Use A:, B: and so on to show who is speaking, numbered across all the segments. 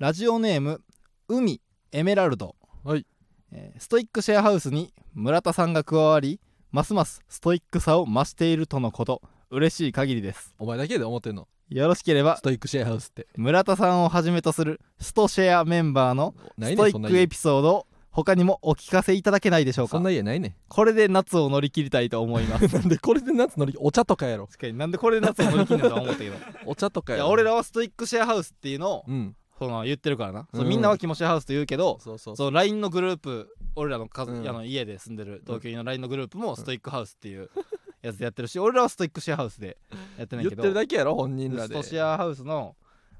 A: ラジオネーム海エメラルド、
B: はい
A: えーストイックシェアハウスに村田さんが加わりますますストイックさを増しているとのこと嬉しい限りです
B: お前だけで思ってんの
A: よろしければ
B: ストイックシェアハウスって
A: 村田さんをはじめとするストシェアメンバーの
B: な
A: ス
B: い
A: トイ
B: ねんそん
A: ッ
B: な
A: クエ
B: 家
A: ピソードを他にもお聞かせいただけないでしょう
B: そ
A: か
B: んな家ないね
A: これで夏を乗り切りたいと思います
B: んなんでこれで夏乗りお茶とかやろ
A: 確かになんでこれで夏を乗り切るのか思ったけど
B: お茶と
A: い
B: かやろ
A: や俺らはストイックシェアハウスっていうのを
B: うん
A: その言ってるからな、そう
B: うん
A: みんなはキモシェアハウスと言うけど
B: そうそう
A: その LINE のグループ俺らの家,、
B: うん
A: あの家で住んでる同居人の LINE のグループもストイックハウスっていうやつでやってるし、俺らはストイックシェアハウスでやってない
B: 言っ
A: け
B: て
A: ど
B: るだけやろ本人ら
A: ス
B: で
A: トシェアハウスの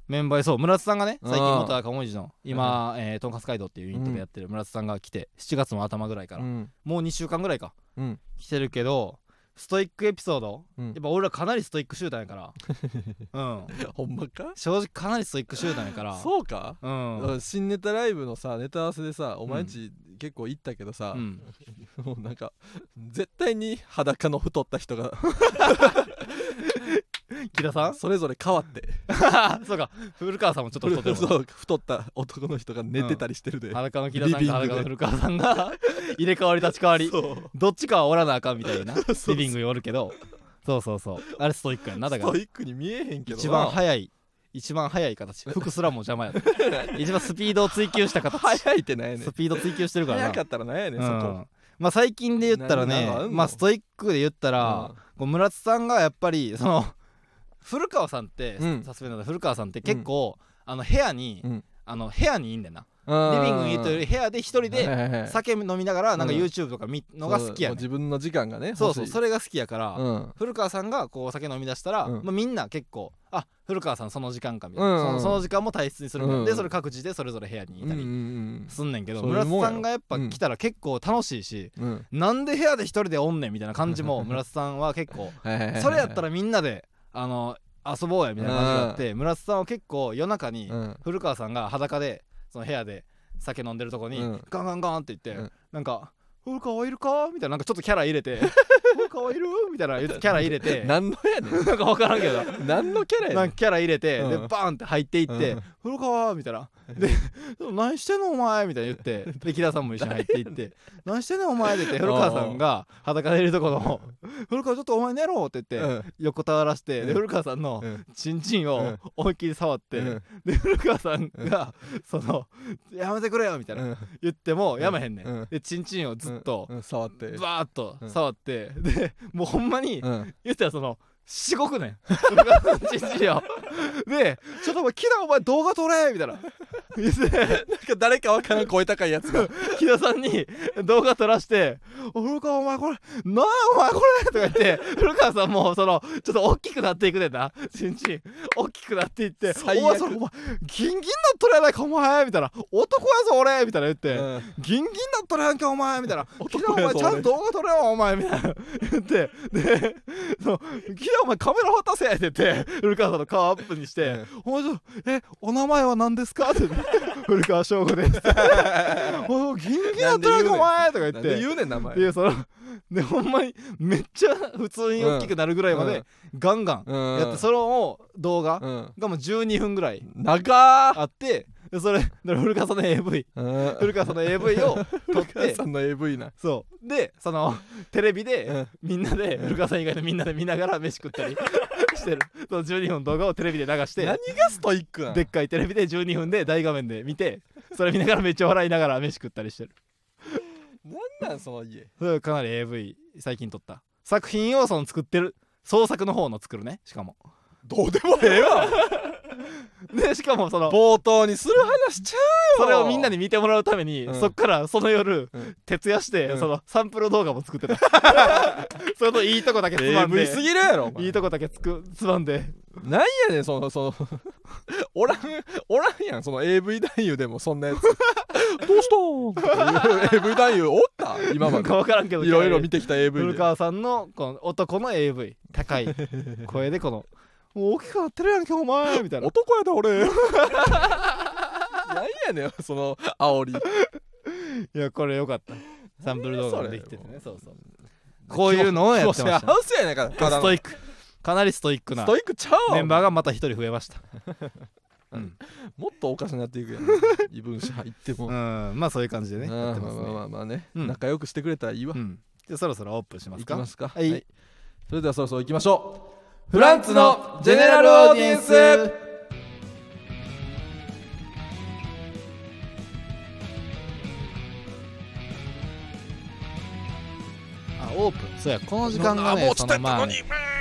A: メンバーにそう村津さんがね最近
B: うん
A: 元赤文字の今、えーとんかつ街道っていうユニットでやってる村津さんが来て7月の頭ぐらいから、
B: うん
A: もう2週間ぐらいか
B: うん
A: 来てるけどストイックエピソード、
B: うん
A: やっぱ俺らかなりストイック集団や からうん
B: ほんまか
A: 正直かなりストイック集団やから
B: そうか
A: うん、うん
B: 新ネタライブのさネタ合わせでさお前んち結構行ったけどさ、もうなんか絶対に裸の太った人が
A: 木田さん
B: それぞれ変わって
A: そうか古川さんもちょっと太ってるもんな
B: そう太った男の人が寝てたりしてるで、
A: 裸の木田さん
B: リビン
A: か
B: グで
A: 裸の古川さんが入れ替わり立ち替わり
B: そう
A: どっちかはおらなあかんみたいな
B: そうそう
A: リビングにおるけどそうそうそうあれストイックやんなだ
B: ス
A: から
B: トイックに見えへんけどな
A: 一番早い一番早い形服すらも邪魔やった一番スピードを追求した形
B: 早いってなんやねん
A: スピード追求してるからな
B: 早かったらなんやねん、
A: う
B: そ
A: んまあ最近で言ったら
B: 何
A: ね
B: なのあんの
A: まあストイックで言ったら、
B: こ
A: こう村津さんがやっぱりその古川さんって、
B: うん
A: サスペンダーの古川さんって結構、あの部屋に、
B: うん
A: あの部屋にいんだよな
B: うん
A: リビングにいるというより部屋で一人
B: は
A: で
B: いはいはい
A: 酒飲みながらなんか
B: うん
A: YouTube とか見のが好きや
B: そうもう
A: ね
B: 自分の時間がね
A: そうそうそ
B: れ
A: れが好きやから、
B: うん
A: 古川さんがこうお酒飲み出したら、
B: うん
A: まあ、みんな結構あ古川さんその時間かみたいな、
B: うん
A: そのその時間も大切にするみたいな、
B: うん
A: でそれ各自でそれぞれ部屋にいたり
B: ん
A: すんねんけど、
B: そういう
A: 村
B: もんやろ
A: 津さんがやっぱ来たら結構楽しいし、
B: うんうん
A: なんで部屋で一人でおんねんみたいな感じも村津さんは結 構
B: はいはいはいはい
A: それやったらみんなであの遊ぼうやみたいな感じがあって村津さんは結構夜中に
B: うん
A: 古川さんが裸でその部屋で酒飲んでるとこに
B: うん
A: ガンガンガンって言って、
B: うん
A: なんか「古川いるか?」みたいななんかちょっとキャラ入れ て「古川いる?」みたいな言ってキャラ入れて な
B: 何のやね
A: んか分からんけどなん
B: 何のキャラやね
A: ん
B: ん
A: かキャラ入れて、
B: うん
A: でバーンって入っていって
B: うん
A: 「古川」みたいな「で何してんのお前」みたいな言ってで木田さんも一緒に入ってい って「何してんのお前」って言って古川さんが裸でいるところ「古川ちょっとお前寝ろ」って言って、横たわらして、で
B: うん
A: 古川さんの
B: うんうん
A: チンチン
B: う
A: を
B: ん
A: 思いっきり触って、
B: うん
A: で古川さんが、その「やめてくれよ」みたいな、
B: うん
A: 言ってもやめへんねん、
B: うん
A: でチンチンをずっと
B: うんうん触って
A: バーッと触って、でもうほんまに
B: うん
A: 言ったらそのしごく ねん古川さんのチンチンをで「ちょっとお前木田お前動画撮れ」みたいな言って
B: なんか誰かわからん声高いやつが
A: 木田さんに動画撮らして「お古川お前これなあお前これ」とか言って古川さんもそのちょっと大きくなっていくねんなチンチン大きくなっていって「
B: 最悪
A: お前それお前ギンギンなっとるやないかお前」みたいな「男やぞ俺」みたいな言って。
B: うん
A: ギンギンだったらやんけお前みたいな「キラお
B: 男や
A: 前
B: ぞ
A: ちゃんと動画撮れよお前」みたいな言ってで「そのキラお前カメラ渡せ」って言って古川さんの顔アップにして
B: うん
A: 「お前ちょえお名前は何ですか?」って言って「古川翔吾です」おいギンギンだったらやんけお前」とか言っ
B: なんで
A: て
B: 言うねん名前
A: いやそのでほんまにめっちゃ普通に大きくなるぐらいまでガンガン
B: うん
A: やってその動画
B: うん
A: がもう12分ぐらい
B: 長ー
A: あってでそれで古川さんの AV
B: うん
A: 古川さんの AV を撮っ
B: お母
A: て
B: さんの AV な
A: そうでそのテレビ
B: う
A: で
B: ん
A: みんなで古川さん以外のみんなで見ながら飯食ったり してるその12分の動画をテレビで流して
B: 何がストイックなん
A: でっかいテレビで12分で大画面で見てそれ見ながらめっちゃ笑いながら飯食ったりしてる
B: なんなんその家
A: それかなり AV 最近撮った作品をその作ってる創作の方の作るねしかも
B: どうでもええわ
A: でしかもその
B: 冒頭にする話ちゃうよ
A: それをみんなに見てもらうために、
B: うん
A: そっからその夜、
B: うん
A: 徹夜して、
B: うん
A: そのサンプル動画も作って たそのいいとこだけつまん
B: AV
A: です
B: ぎるやろお前
A: いいとこだけつくつまんで
B: なんやねんそのそのおらんおらんやんその AV 男優でもそん なやつどうしたん AV 男優おった今
A: な
B: ま
A: ん
B: で
A: か分からんけど
B: いろいろ見
A: て
B: てきた
A: 古
B: AV で
A: 川さんのこの男の AV 高い声でこの「もう大きくなってるやんけお前」みたいな
B: 男や で俺なんやねんその煽り
A: いやこれよかったサンプル動画もできてて
B: 何
A: ね
B: や
A: そうそうこういうのをやってまし
B: もうシェア
A: た
B: ハウスやねんからただ
A: ス
B: の
A: トイックかなりストイックな
B: ストイックちゃうわ
A: メンバーがまた一人増えましたうん
B: もっとおかしになっていくやん異分子入っても、
A: うんまあそういう感じでね
B: あ
A: やって
B: ー
A: ま
B: ますあ
A: ね
B: まあまあね、
A: うん
B: 仲良くしてくれたらいいわ、
A: うんじゃあそろそろオープンしま
B: 行
A: す
B: き
A: か
B: ますか、
A: はい
B: それではそろそろ行きましょう
A: フランツのジェネラルオーディエンスあオープンそうやこの時間が
B: あ
A: ね
B: もう
A: そ
B: 伝え
A: の
B: た
A: ま
B: の
A: あ
B: に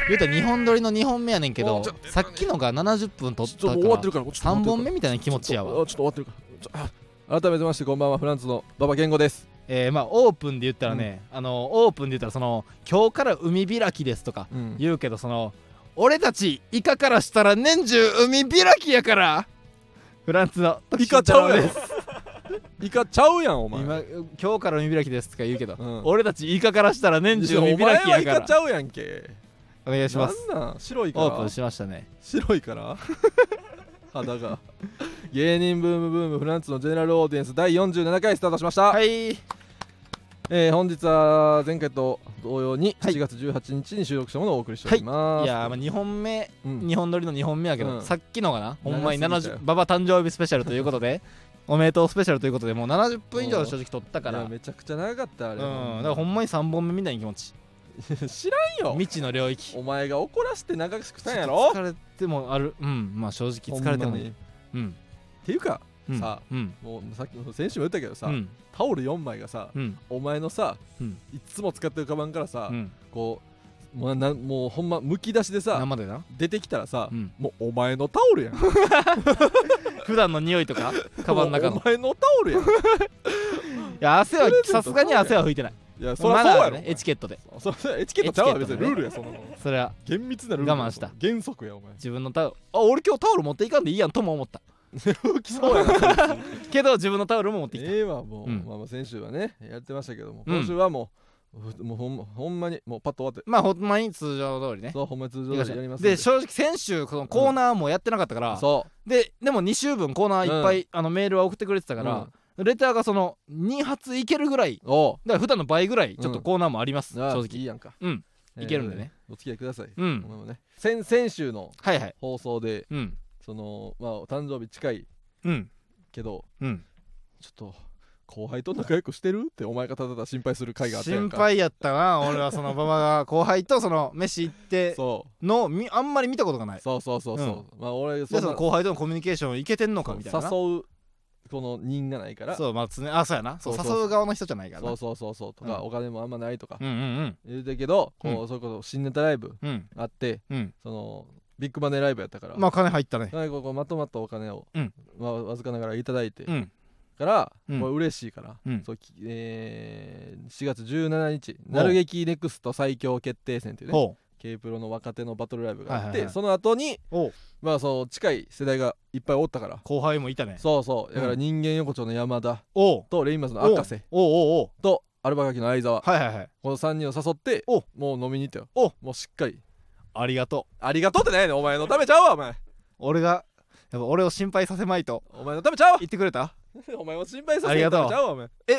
A: 言うたら2本撮りの2本目やねんけ
B: も
A: ど
B: うちょっと
A: さっきのが70分撮っ
B: ち
A: た
B: ょっと終わって
A: か
B: るからちょっと
A: ら
B: 待
A: 3
B: ってるから
A: 本目みたいな気持ちや
B: ちょ
A: わ
B: っと終わってるからちょあ改めてましてこんばんはフランツの馬場健吾です
A: えーまあオープンで言ったらねあのオープンで言ったらその今日から海開きですとか
B: うん
A: 言うけどその俺たちイカからしたら年中海開きやからフランスの
B: イカちゃうや
A: で
B: ん
A: す
B: イカちゃうやんお前
A: 今今日から海開きですとか言うけど、
B: うん
A: 俺たちイカからしたら年中
B: お
A: 海
B: 前
A: 開き
B: は
A: や
B: イ
A: か
B: カ
A: ら
B: ちゃうやんけ
A: お願いします
B: なんなん白いか
A: オープン
B: ら
A: しましたね
B: 白いから 肌が芸人ブームブームフランツのジェネラルオーディエンス第47回スタートしました、
A: はい
B: えー本日は前回と同様に
A: はい
B: 7月18日に収録したものをお送りしております、
A: いやーまあ2本目
B: うん
A: 2本撮りの2本目やけど、
B: うん
A: さっきのがなほんまに
B: 長すぎたよ
A: 70馬場誕生日スペシャルということで おめでとうスペシャルということでもう70分以上正直撮ったか
B: い
A: ら
B: や
A: うん
B: めちゃくちゃ長かった
A: だ
B: あれ、
A: からほんまに3本目みたいな気持ち
B: 知らんよ
A: 未知の領域
B: お前が怒らせて長くしたんやろ
A: 疲れてもあるうんまあ正直疲れて
B: ほ
A: も
B: んま
A: い
B: に
A: い
B: っ
A: うん
B: ていうか
A: うん
B: さ
A: うん
B: もうさっき先週も言ったけどさ、
A: うん
B: タオル4枚がさ、
A: うん
B: お前のさ、
A: うん
B: いつも使ってるカバンからさ、
A: うん
B: こう、まあ、なんもうほんまむき出しでさ
A: 生でな
B: 出てきたらさ、
A: うん
B: もうお前のタオルやん
A: 普段の匂いと かカバンの中の
B: もう
A: い
B: お前のタオルやんい
A: や汗は
B: プレゼント
A: さすがに汗は拭いてない
B: やそり
A: マ
B: ゃそ
A: ナ
B: う
A: ー
B: や
A: だ
B: ろ、
A: ねエチケットで
B: お前そそエチケットちゃうわ
A: エチ
B: 別
A: ケット
B: に
A: ね
B: ルールやそんなの
A: それは
B: 厳密なルールや
A: 我慢した
B: 原則や お前
A: 自分のタオルあ俺今日タオル持っていかんでいいやんとも思った
B: 浮きそうやな
A: けど自分のタオルも持ってきた
B: ええわもう、
A: うん
B: まあまあ先週はねやってましたけども
A: うん
B: 今週はもう、ふもうほんまほんまにもうパッと終わって、
A: まあほんまに通常通りね
B: そうほんまに通
A: 行き
B: 常
A: ま
B: 通
A: し
B: り
A: た
B: やりますん
A: で正直先週このコーナーもやってなかったから、
B: そう
A: ででも2週分コーナーいっぱい、あのメールは送ってくれてたから、レターがその2発いけるぐらい
B: うんおう
A: だから普段の倍ぐらいちょっ
B: う
A: と
B: ん
A: コーナーもあります、
B: ああ
A: 正
B: い
A: 直
B: いやんか
A: うんいけるんでね、
B: えーお付き合いください、
A: うん
B: お前もね、先先週の
A: はいはい
B: 放送で
A: うん
B: そのまあお誕生日近い
A: うん
B: けど
A: うん
B: ちょっと後輩と仲良くしてるってお前がただただ心配する回があったや
A: 心
B: んか
A: 配やったな俺はその馬場が後輩とその飯行って
B: そ
A: のみあんまり見たことがな
B: う
A: い
B: そうそうそうそう、まあ俺
A: で
B: そん
A: そ
B: な
A: の後輩とのコミュニケーションいけてんのかみたいなな
B: 誘うこの人がないからそう
A: そうまあ常あそうやなそう
B: そうそうそう
A: 誘う側の人じゃないからな
B: そうそうそうとか、
A: うん
B: お金もあんまないとか
A: うんうん
B: 言うてけどこう、
A: う
B: そういうこと新ネタライブ
A: うんうん
B: あって
A: うん
B: そのビッグマネーライブやったから
A: まあ金入ったね
B: なんかこうまとまったお金を、
A: うん
B: まあ、わずかながらいただいて、
A: うん
B: から、
A: うん
B: これ嬉しいから、
A: うん
B: そうきえー4月17日「なる劇ネクスト最強決定戦」っていうね
A: ほ
B: K プロの若手のバトルライブがあっ
A: は
B: て、
A: いはいはい
B: その後に
A: うおう
B: まあそう近い世代がいっぱいおったから、
A: 後輩もいたね
B: そうそうだから
A: うん
B: 人間横丁の山田
A: おう
B: とレインマスの
A: おう
B: 赤瀬
A: おうおうおう
B: とアルバカキの相沢
A: はいはいはい
B: この3人を誘って
A: お
B: もう飲みに行ったよ
A: お
B: もうしっかり
A: ありがとう
B: 「ありがとう」ってないねんお前のためちゃうわお前
A: 俺がやっぱ俺を心配させまいと
B: お前のためちゃうわ
A: 言ってくれた
B: お前も心配さ
A: あ
B: せ
A: り
B: る
A: がとう
B: ためちゃうわお前
A: え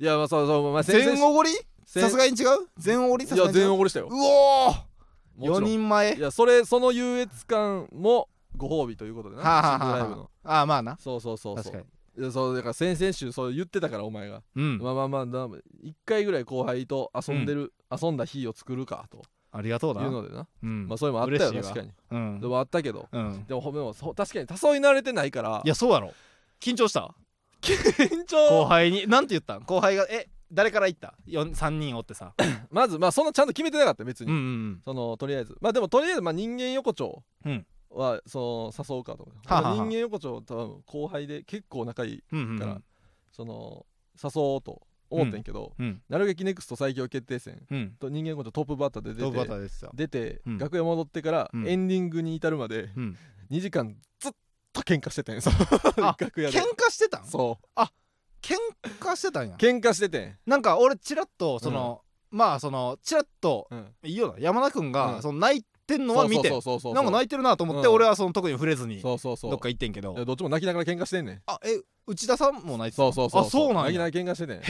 B: いやまあそうそうお前先々
A: 全おごり
B: 先
A: さすがに違う全おごりさ
B: い
A: すが
B: や
A: に違
B: 全
A: う
B: おごりしたよ
A: うおー
B: もちろ
A: 4
B: ん
A: 人前
B: いやそれその優越感もご褒美ということでな、
A: はあ、は
B: シ
A: あ
B: ングル
A: はあ
B: ライブ
A: は
B: の
A: あ、ああまあな
B: そうそうそうそ
A: 確か
B: う
A: に
B: いやそうだから先々週そう言ってたからお前が、
A: うん、
B: まあまあまあな一回ぐらい後輩と遊んでる、遊んだ日を作るかと
A: ありがとうだ
B: いうのでな
A: うん
B: まあそれもあった
A: 嬉
B: よ
A: しいわ
B: 確かに
A: うん
B: でもあったけど
A: うん
B: でもほんまそう確かに誘い慣れてないから
A: いやそうやろ緊張した
B: 緊
A: 後
B: 張
A: 輩になんて言ったん後輩がえ誰から言ったよん3人おってさ
B: まずまあそんなちゃんと決めてなかった別
A: うん
B: に、
A: うんうん
B: そのとりあえずまあでもとりあえずまあ人間横丁
A: うん
B: はその誘うかと思って、
A: はあはあ
B: 人間横丁多分後輩で結構仲いい
A: うんうんう
B: から、
A: ん
B: その誘おうと思ってんけど、
A: うん
B: なるべきネクスト最強決定戦
A: うん
B: と人間ことトップバッターで
A: ドブバ
B: 出
A: タ
B: て
A: ーですよ
B: 出て、
A: うん
B: 楽屋戻ってから、
A: うん
B: エンディングに至るまで
A: うん
B: 2時間ずっと喧嘩しててんその
A: あ
B: 楽屋
A: 喧
B: で
A: 嘩してたん
B: そ
A: 喧嘩してたんや
B: う喧嘩しててん、
A: なんか俺チラッとその、まあそのチラッと
B: うん、
A: いいよな山田君
B: う
A: が
B: ん
A: その泣いてんのは見て
B: そうそうそうそう
A: なんか泣いてるなと思って
B: うん
A: 俺はその特に触れずにど
B: そうそうそう
A: っか行ってんけど
B: いやどっちも泣きながら喧嘩してんねん
A: あえ内田さんも泣いてた
B: そうそうそう
A: あそうなんや
B: 泣きながら喧嘩しててん
A: へ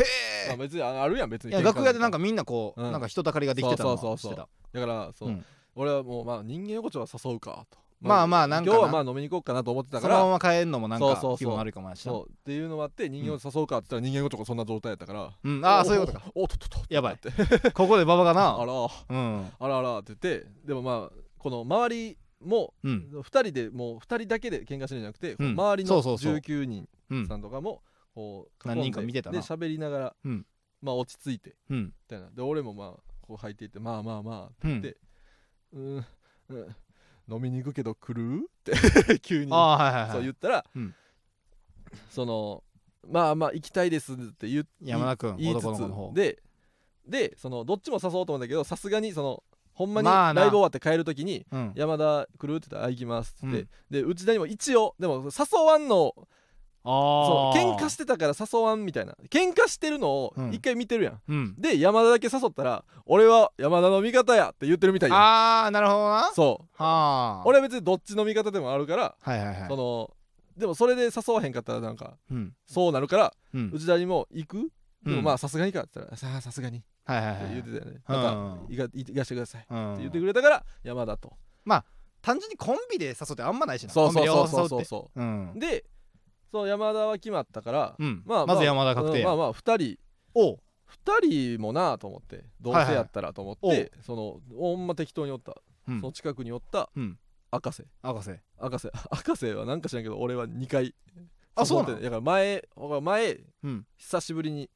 B: まあ、別にああるやん別
A: え
B: に
A: いや
B: 喧嘩
A: 楽屋でなんかみんなこう、
B: うん
A: なんか人だかりができてたのは
B: そうそう
A: 知
B: そう
A: っ
B: そう
A: てた
B: だからそう、
A: うん
B: 俺はもうまあ人間横丁は誘うかと、
A: まあまあなんかな
B: 今日はまあ飲みに行こうかなと思ってた
A: そ
B: か
A: のまま
B: ら
A: 帰んのもなん
B: そう
A: か
B: そうそう
A: 気分悪いかもやしな
B: そうっていうのもあって人間を誘うかって言ったら人間ごとこそんな状態やったから
A: うんああそういうことか
B: かおおっとっとっと
A: やばい
B: って
A: ここでババが
B: あ
A: な
B: ら
A: うん
B: あらあらって言ってでもまあこの周りも
A: うん
B: 2人でもう2人だけで喧嘩してるんじゃなくて、この
A: うん
B: 周り
A: そ
B: の
A: うそうそう
B: 19人
A: うん
B: さんとかもこう囲んで
A: 何人か見てたな
B: で喋りながら、
A: うん
B: まあ落ち着いてみ
A: うん
B: たいなで俺もまあこう入っていってまあまあまあ
A: うん
B: でうーん、うん、飲みに行くけど来るって 急に
A: ああはいはい
B: そう
A: は
B: 言
A: い
B: ったら、
A: うん
B: そのまあまあ行きたいですって言
A: 山田君
B: 言いつ
A: 男の
B: つ
A: 子の方
B: ででそのどっちも誘おうと思うんだけどさすがにそのほんまに
A: まあな
B: ライブ終わって帰るときに
A: うん
B: 山田来るって言ったら「あ行きます」って言
A: う
B: って
A: ん
B: で内田にも一応でも誘わんの
A: あ
B: そう
A: あ
B: 喧嘩してたから誘わんみたいな喧嘩してるのを
A: うん
B: 一回見てるやん、
A: うん
B: で山田だけ誘ったら「俺は山田の味方や」って言ってるみたいやん
A: ああなるほどな
B: そう
A: はあ
B: 俺は別にどっちの味方でもあるから、
A: はいはいはい
B: そのでもそれで誘わへんかったらなんか
A: うん
B: そうなるから
A: うん
B: 内田にも「行く?」で
A: う
B: も
A: ん
B: まあさすがにかって言ったら「さあさすがに」って
A: はいはいはい
B: 言ってたよね、
A: はい
B: なん
A: うん
B: か行か行かしてくださいって
A: うん
B: 言ってくれたから山田と、
A: 単純にコンビで誘うってあんまないしな
B: そうそうそう
A: コンビで
B: そう
A: 誘
B: そ
A: って
B: ううそう
A: うん
B: でその山田は決まったから、
A: うん
B: まあ
A: まず山田確定
B: うんま
A: や
B: あまあ2人
A: おう
B: 2人もなあと思ってどう
A: はいは
B: せ
A: い
B: やったらと思って、
A: おう
B: そのほんま適当におった、
A: うん
B: その近くにおった
A: うん
B: 赤瀬
A: 博士
B: 赤 瀬赤瀬はなんか知らんけど俺は2回
A: あそうな
B: だ
A: の
B: から前俺前
A: うん
B: 久しぶりに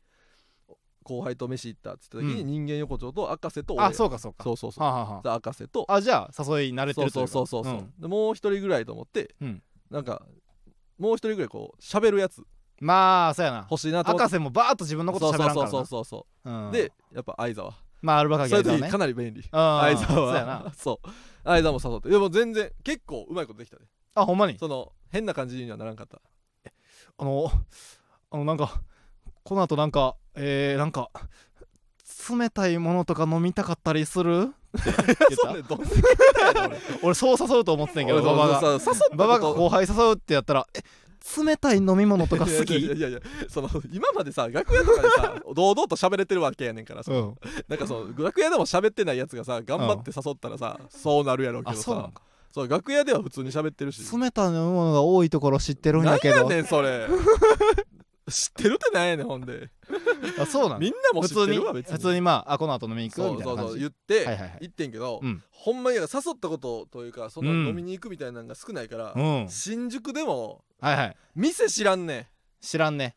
B: 後輩と飯行ったっつった時に、
A: うん
B: 人間横丁と赤瀬と俺
A: あそうかそうか
B: そうそうそう
A: はあはあは
B: で赤瀬と
A: ああじゃあ誘い慣れて
B: そう
A: るとい
B: そうう
A: か
B: そうそうそう、
A: ん
B: でもう一人ぐらいと思って、
A: うん
B: なんかもう一人ぐらいこう喋るやつ
A: まあそうやな
B: 欲しいなと思っ
A: 博
B: て
A: 士もバーッと自分のこと喋らんから
B: そうそう
A: な
B: そうそう
A: う
B: そ
A: ん
B: うでやっぱ相沢
A: まあアルバカギ
B: そうい
A: やだ
B: う時
A: ね
B: かなり便利
A: あ
B: 相沢
A: そうやな
B: は そう相沢も誘ってでも全然結構うまいことできたね
A: あほんまに
B: その変な感じにはならんかった
A: あのあのなんかこの後なんかえー、なんか冷たいものとか飲みたかったりするって言
B: そ
A: った
B: うねどん
A: 俺そう誘うと思ってたんやけど馬場が
B: そうそうそう誘ったこと
A: ババアが後輩誘うってやったら「え冷たい飲み物とか好
B: いや
A: き?
B: いやいやその今までさ楽屋とかでさ 堂々と喋れてるわけやねんから」さ
A: うん、
B: なんかその楽屋でも喋ってないやつがさ頑張って誘ったらさそうなるやろうけ
A: あ
B: ど
A: そうな
B: さ
A: んか
B: そう楽屋では普通に喋ってるし
A: 冷たい飲み物が多いところ知ってるんやけど
B: なんやねんそれ 知ってるってなんやねんほんで
A: あそうなんだ
B: みんなも
A: 普
B: 知っ
A: 通
B: て
A: に
B: るわ別に
A: 普通にまああこの後飲みに行く
B: そ
A: み
B: う
A: たい
B: そ
A: な
B: う
A: 感
B: そう
A: じ
B: 言っ
A: はい
B: て
A: はいはい
B: 言ってんけど
A: うん
B: ほんまになんか誘ったことというかその
A: うん
B: 飲みに行くみたいなのが少ないから
A: うん
B: 新宿でも
A: はいはい
B: 店知らんねん
A: 知らんね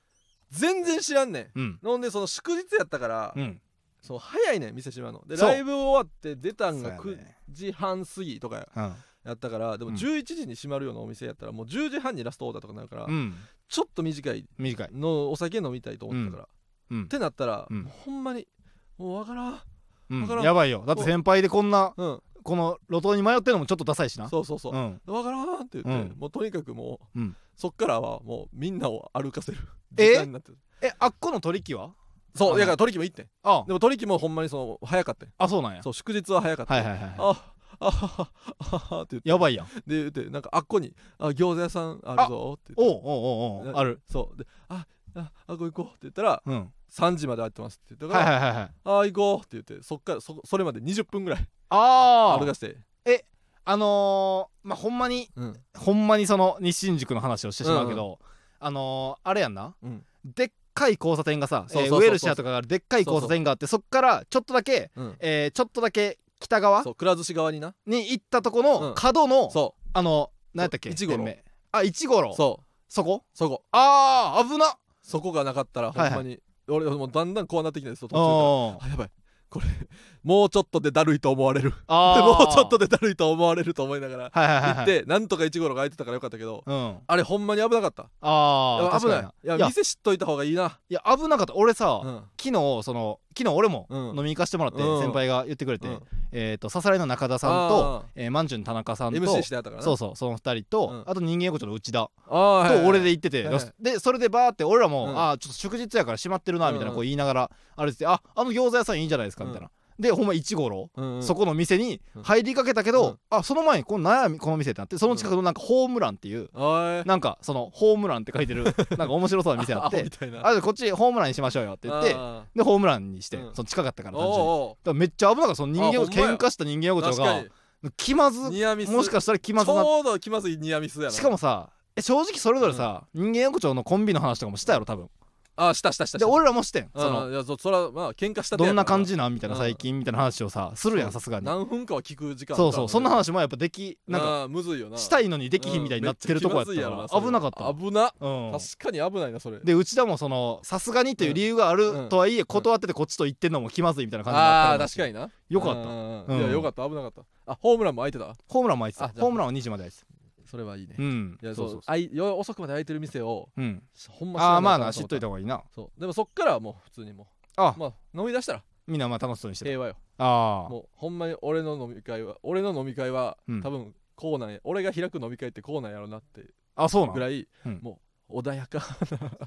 B: 全然知らんね
A: うん
B: んほんでその祝日やったから
A: うん
B: そう早いねん店閉まるので
A: そう
B: ライブ終わって出たんが
A: そうや
B: 9
A: ね
B: 時半過ぎとか
A: うん
B: やったからでも
A: うん
B: 11時に閉まるようなお店やったらもう10時半にラストオーダーとかになるから
A: うん
B: ちょっと短い
A: 短い
B: のお酒飲みたいと思ってたから
A: うん
B: ってなったら
A: うん
B: もうほんまにもうわからん
A: うん
B: わからん
A: やばいよだって先輩でこんな
B: うん
A: この路頭に迷ってるのもちょっとダサいしな
B: そうそうそう
A: うん
B: わからんって言って、
A: うん
B: もうとにかくもう、
A: うん
B: そっからはもうみんなを歩かせる
A: え
B: 時間になってる
A: えあっこの取引は
B: そ
A: あ
B: うだから取引も行ってん
A: あ
B: でも取引もほんまにその早かったん
A: あそうなんや
B: そう祝日は早かった
A: は
B: ん、
A: いはいはい
B: ああははあはって言って
A: やばいやん
B: で言ってなんかあっこにあ餃子屋さんあるぞって言って
A: おうおうおうおうある
B: そうであああこ行こうって言ったら
A: うん
B: 3時まで空いてますって言った
A: はい
B: から、
A: はいはいはい
B: あ行こうって言ってそっからそそれまで20分ぐらい
A: あ
B: 歩
A: あ
B: かして、
A: あのー、まあほんまに
B: うん、
A: ほんまにその西新宿の話をしてしまうけど、あのー、あれやんな、
B: うん
A: でっかい交差点がさえ
B: そうそうそう
A: ー
B: そう
A: ウェルシアとかがあるでっかい交差点があってそっからちょっとだけ、
B: うん、
A: えーちょっとだけ北側
B: そうくら寿司側にな
A: に行ったとこの
B: うん
A: 角の、
B: そ
A: あの何やったっけ
B: そう一五郎
A: 店名あ一五
B: う
A: 郎
B: そう
A: そこ
B: そこ
A: ああ危な
B: そこがなかったらほんまに、
A: はい
B: 俺もうだんだんこうなってきてるんですよ途中
A: お
B: からあやばいこれもうちょっとでだるいと思われる
A: あー
B: もうちょっとでだるいと思われると思いながら
A: はいはいはい
B: 行
A: は
B: っ
A: い
B: て、なんとか1号が空いてたからよかったけど
A: うん
B: あれほんまに危なかったい
A: あ
B: や
A: あ
B: 危ないいや
A: いや
B: 店知っといた方がいいない
A: や危なかった俺さ、
B: うん
A: 昨日その昨日俺も
B: うん
A: 飲みに行かせてもらって、
B: うん
A: 先輩が言ってくれて、
B: うん
A: えっ、とささらいの中田さんと、
B: あ
A: えー、まんじゅん田中さん
B: ー
A: と
B: MC してやったからな
A: そうそうその二人と、
B: うん
A: あと人間横丁の内田
B: ああはいはい
A: と俺で行ってて、
B: はいはい
A: でそれでバーって俺らも、
B: うん
A: ああちょっと祝日やから閉まってるなみたいな
B: うん
A: こう言いながらあれってああの餃子屋さんいいんじゃないですかみたいな、でほんま一五郎、
B: うんうん
A: そこの店に
B: うん
A: 入りかけたけど、
B: うん
A: あその前にこの悩みこの店ってなってその近くのなんかホームランっていう、
B: あ
A: なんかそのホームランって書いて るなんか面白そうな店あっ
B: あって
A: て
B: みたいな
A: あじゃあこっちホームランにしましょうよって言って
B: あ
A: でホームランにして、
B: うん
A: その近かったか
B: ー
A: ら単純に
B: お
A: だからめっちゃ危なかったその人間
B: あほ
A: 横
B: んまや
A: 喧嘩した人間
B: うおう
A: 横丁
B: 確か
A: が
B: に
A: 気まず
B: ニアミス
A: もしかしたら気まず
B: ち
A: な
B: ょうど気まずいニアミスやな
A: しかもさえ正直それぞれさ、人間横丁のコンビの話とかもしたやろ多分
B: あしたしたした
A: で俺らもしてん
B: そ
A: そ
B: の
A: の
B: いやそそらまあ喧嘩したて
A: ど
B: やろ
A: んな感じなんみたいな
B: うん
A: 最近みたいな話をさするやんさすがに
B: 何分かは聞く時間
A: そうそうそんな
B: 話
A: 話もやっぱできなんか
B: かむずいよな
A: した
B: い
A: いのにできひんみたいになってるとこやったから危なかった
B: 危な
A: うん
B: 確かに危ないなそれ
A: で内田もそのさすがにという理由があ
B: う
A: る
B: ん
A: とはいえ断っててこっちと言ってんのも気まずいみたいな感じが
B: あ
A: あ
B: あ
A: った
B: 確かにな
A: によかった
B: ったいうや
A: ん
B: よかった危なかったあホームランも空いてた
A: ホームランも空いてた
B: あじゃあ
A: ホームランは2時まで空いてた
B: それはいいね
A: うん
B: いや
A: そ
B: そうう
A: そう
B: あい夜遅くまで空いてる店を
A: そううん
B: ほんま知ら
A: ああ
B: な
A: ーまあ
B: か
A: な
B: た
A: 知っといた方がいいな
B: そうでもそっからはもう普通にも
A: あ
B: うまあ飲み出したら
A: みんなまあ楽しそうにして
B: 平和よ
A: たああ
B: もうほんまに俺の飲み会は俺の飲み会は
A: うん
B: 多分こうなんや俺が開く飲み会ってこうなんやろなって
A: あそうな
B: ぐ
A: の
B: らい
A: うん
B: もう穏やか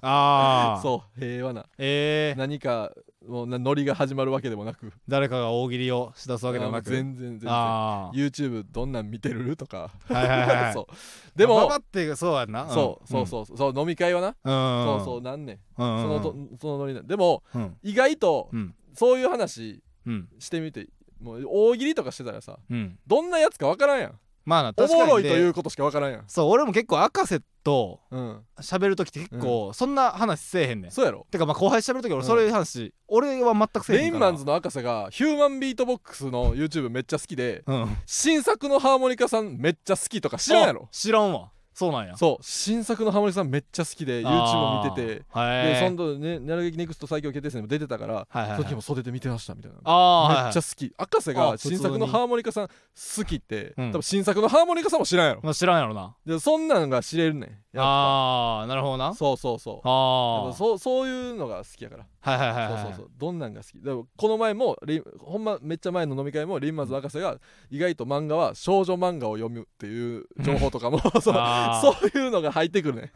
A: ああ
B: そう平和な
A: ええ
B: 何かもうなノリが始まるわけでもなく
A: 誰かが大喜利をしだすわけでもなく
B: あー全然全然
A: あ
B: YouTube どんなん見てるとか
A: あはいはいはい
B: そうでも
A: ババってそうやんな
B: そうそう
A: う
B: そうそうそう飲み会はな
A: うん
B: そ
A: そう
B: そう
A: う
B: なんねん
A: そ
B: その
A: の
B: とそのノリなんでも
A: うん
B: 意外と
A: うん
B: そういう話
A: うん
B: してみてもう大喜利とかしてたらさ
A: うん
B: どんなやつかわからんやん
A: まあな
B: お
A: 確かに
B: もろいと
A: で
B: いうことしかわからんやん
A: そう俺も結構赤瀬と
B: うん
A: 喋る時って結構そんな話せえへんねん
B: そうやろ
A: てかまあ後輩と喋る時俺そういう話俺は全くせえ
B: レ
A: へ
B: イ
A: んか
B: ン
A: ら
B: マンズの赤瀬がヒューマンビートボックスの YouTube めっちゃ好きで
A: うん
B: 新作のハーモニカさんめっちゃ好きとか知らんやろ
A: あ知らんわそうなんや
B: そう新作のハーモニカさんめっちゃ好きで YouTube も見てて
A: はい
B: でその時ね「なる劇ネクスト最強決定戦」でも出てたから、
A: はいはいはい
B: その時も袖で見てましたみたいな
A: ああ
B: めっちゃ好き赤瀬
A: あ
B: が
A: 普通に
B: 新作のハーモニカさん好きって、
A: うん
B: 多分新作のハーモニカさんも知らんやろ
A: まあ、知らんやろな
B: でそんなんが知れるねんやっ
A: ああなるほどな
B: ぱそうそうそうや
A: あ
B: っ
A: あ
B: ぱそうそういうのが好きやから、
A: はいはいはいはい
B: そうそうそうどんなんが好きでもこの前もリンほんまめっちゃ前の飲み会もリンマンズ赤瀬が意外と漫画は少女漫画を読むっていう情報とかも そう
A: あー
B: そういうのが入ってくるねん
A: へ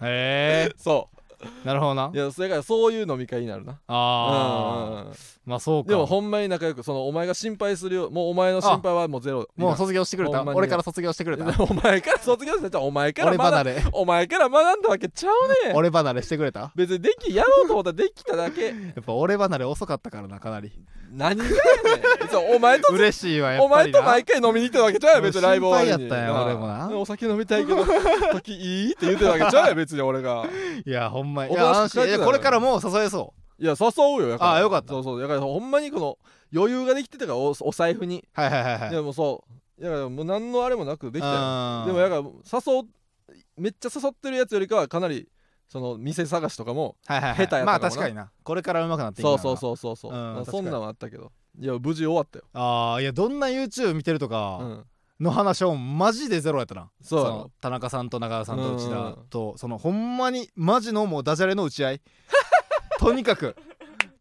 A: え
B: そ
A: なるほどな
B: ういやそれからそういう飲み会になるなうんうん
A: ああ
B: うん
A: まあそうか
B: でもほんまに仲良くそのお前が心配するよもうお前の心配はもうゼロ
A: もう
B: そ
A: 卒業してくれ
B: ほ
A: た
B: んまに
A: 俺から卒業してくれた
B: お前から卒業してたお前から
A: 俺離
B: 学ん
A: れ
B: お前から学んだわけちゃうねん
A: 俺離れしてくれた
B: 別にできやろうと思ったらできただけ
A: やっぱ俺離れ遅かったからなかなり
B: 何がやねんそうお前と
A: 嬉しいわや
B: お
A: っぱ
B: 前
A: り
B: と
A: な
B: 毎回飲みに行ってたわけちゃうやん別にライブ終わりに
A: 心配やったんや
B: なあ
A: 俺もな
B: でお酒飲みたい けど時いいって言ってたわけちゃうやん別に俺が
A: いやほんまにい
B: おとな
A: や
B: しく
A: 安心
B: 帰
A: い
B: っ
A: や
B: てた
A: これからもう誘えそ
B: いや誘うよやから
A: あよかった
B: そうそうだからほんまにこの余裕ができてたからおお財布に
A: うはいはいはいはい
B: いやもうそういやもう何のあれもなくできたよ
A: うん
B: でもやから誘うめっちゃ誘ってるやつよりかはかなりその店探しとかも
A: はいはいはい
B: 下手やったかもな
A: まあ確かになこれから上手くなっていくか
B: そ
A: ら
B: う
A: な
B: そうそうそうそううんまあ
A: 確か
B: そ
A: に
B: んなんはあったけどいや無事終わったよ
A: ああいやどんな YouTube 見てると
B: う
A: か
B: ん
A: の話をマジでゼロやったな
B: そうや
A: の
B: ろ
A: 田中さんと長田さんと内
B: うん
A: 田
B: うん
A: とそのほんまにマジのもうダジャレの打ち 合いとにかく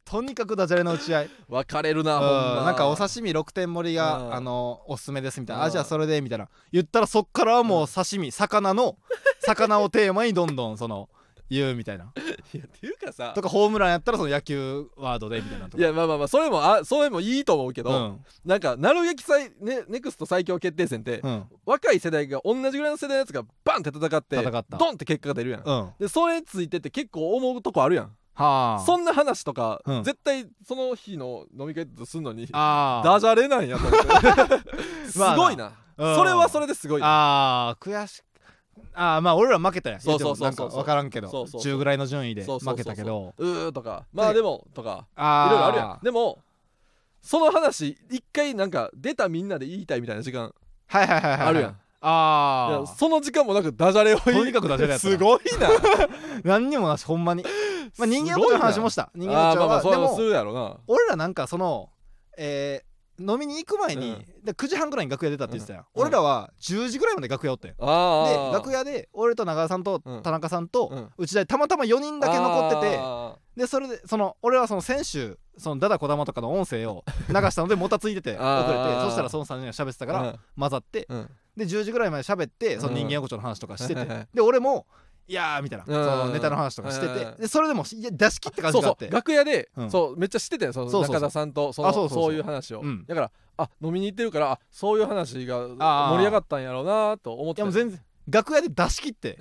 A: とにかくダジャレの打ち合い
B: 分かれるな
A: うん
B: ほんま
A: なんかお刺身6点盛り
B: う
A: が
B: ん
A: あのおすすめですみたいな
B: うん
A: あじゃあそれでみたいな言ったらそっからはもう刺身魚の魚をテーマにどんどんその言うみたいない
B: やっていうかさ
A: とかホームランやったらその野球ワードでみたいなと
B: い
A: か
B: やまあまあまあそれもあそれもいいと思うけ
A: う
B: ど
A: ん
B: なんかなるべき最ねネクスト最強決定戦って
A: うん
B: 若い世代が同じぐらいの世代のやつがバンって戦って
A: 戦った
B: ドンって結果が出るやん
A: うんは
B: でそれについてって結構思うとこあるやん
A: あ
B: そんな話とか
A: うん
B: 絶対その日の飲み会とすんのに
A: あー
B: ダジャレなんやと思っ てす
A: まあな
B: ごいな、
A: うん
B: それはそれですごいな
A: あー悔しああまあ俺ら負けたやん
B: そうそうそうそ
A: 言
B: う
A: てもなんか分からんけど
B: そうそうそう
A: 10ぐらいの順位で
B: そうそうそう
A: 負けたけど
B: うーとかまあでもとかい
A: あー
B: ろいろあるやんでもその話一回なんか出たみんなで言いたいみたいな時間
A: はいはいはいはい
B: あるやん
A: あ
B: いや
A: あ
B: その時間もなくダジャレを言い
A: とにかくダジャレやったな
B: すごい な
A: 何にもなしほんま にまあ人間
B: す
A: 横
B: ごい
A: 丁
B: な
A: の話もした人間
B: あ
A: 横
B: ーまあ
A: 丁
B: ま
A: は
B: あ
A: で
B: それもす
A: も
B: るやろな
A: 俺らなんかそのえー飲みに行く前にで9時半ぐらいに楽屋出たって言ってたやん
B: うん
A: 俺らは10時ぐらいまで楽屋おったよ
B: あ
A: で
B: ーあ
A: 楽屋で俺と長田さんと
B: うん
A: 田中さん
B: う
A: と
B: ん
A: 内田でたまたま4人だけ残ってて
B: あ
A: でそれでその俺はその先週そのダダこだまとかの音声を流した のでもたついてて遅
B: あー
A: れてそしたらその3人が喋ってた
B: ー
A: から混ざって
B: うんうん
A: で10時ぐらいまで喋ってその人間横丁の話とかして
B: う
A: て
B: ん
A: で俺も「いやー」みたいなそ
B: うん
A: のネタの話とかして
B: う
A: て
B: ん
A: でそれでもいや出し切った感
B: そ
A: じ
B: う
A: があ
B: そ
A: って
B: う楽屋で、
A: うん
B: そうめっちゃしてたよその
A: そうそうそう
B: 中田さんとそ
A: あ
B: の
A: そ
B: そうう
A: そうそう
B: いう話を、
A: うん
B: だからあ飲みに行ってるからあそういう話が
A: あー
B: 盛り上がったんやろうなと思っ
A: い
B: て
A: や もう全然楽屋で出し切って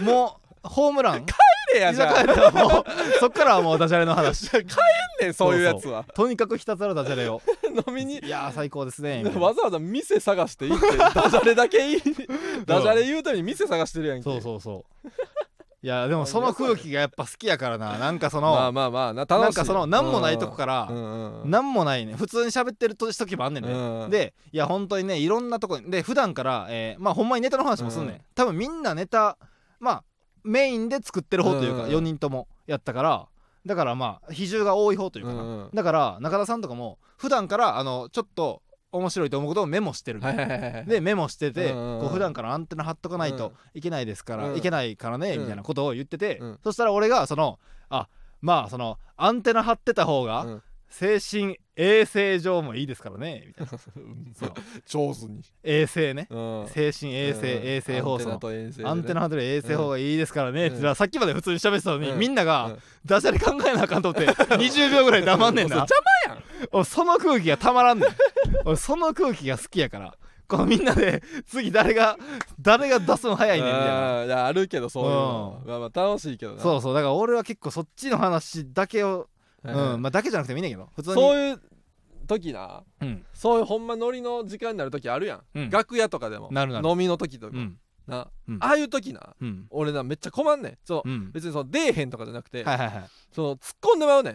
A: もうホームラン
B: れや
A: 居
B: じゃ
A: 酒屋
B: あ帰
A: ではもうそっからはもうダジャレの話
B: んねんそういうやつは
A: とにかくひたすらダジャレを
B: 飲みに
A: いやー最高ですねみたいな
B: わざわざ店探して行ってダジャレだ けいいダジャレ言うために店探してるやんけ
A: そうそうそういやでもその空気がやっぱ好きやからななんかその、
B: まあまあまあな楽しい
A: なんかその何もないとこから
B: う
A: ら
B: んうん
A: 何もないね普通に喋ってる時もあんねんね、
B: うん
A: でいや本当にねいろんなとこにで普段から、えーまあほんまにネタの話もすんねん、
B: うん
A: 多分みんなネタまあメインで作ってる方というか、
B: うん
A: 4人ともやったからだからまあ比重が多い方というかな、
B: うんうん
A: だから中田さんとかも普段からあのちょっと面白いと思うことをメモしてるみたいな
B: はいはいはいはい
A: でメモしてて、
B: うんうんうん
A: こう普段からアンテナ張っとかないといけないですから、
B: うん
A: いけないからね、
B: うん
A: みたいなことを言ってて、
B: うん
A: そしたら俺がそのあまあそのアンテナ張ってた方が、
B: うん
A: 精神衛生上もいいですからねみたいな その
B: 上手に
A: 衛生ね、
B: うん
A: 精神衛生、衛生放送
B: アン
A: の
B: テナと衛星でね
A: アンテナ張ってる衛生方がいいですからね、
B: うん
A: ってなさっきまで普通に喋ってたのに、
B: うん
A: みんな
B: う
A: が
B: ん
A: ダジャレ考えなあかんと思っ て20秒ぐらい黙んねんな
B: そう
A: 俺その空気がたまらんねん俺その空気が好きやからこのみんなで次誰が誰が出すの早いねんみたいな
B: あーいやあるけどそういうの
A: う
B: まあまあ楽しいけどな
A: そうそうだから俺は結構そっちの話だけを、
B: はいはい
A: うんまあだけじゃなくてもいいねんだけど普通に
B: そういう時な
A: うん
B: そういうほんまノリの時間になる時あるやん、
A: うん
B: 楽屋とかでも
A: なるなる
B: 飲みの時とか、
A: うん
B: な、
A: うん
B: ああいう時な
A: うん
B: 俺なめっちゃ困んねんそう、
A: うん
B: 別にその出えへんとかじゃなくて、
A: はいはいは
B: その突っ込んでまうねん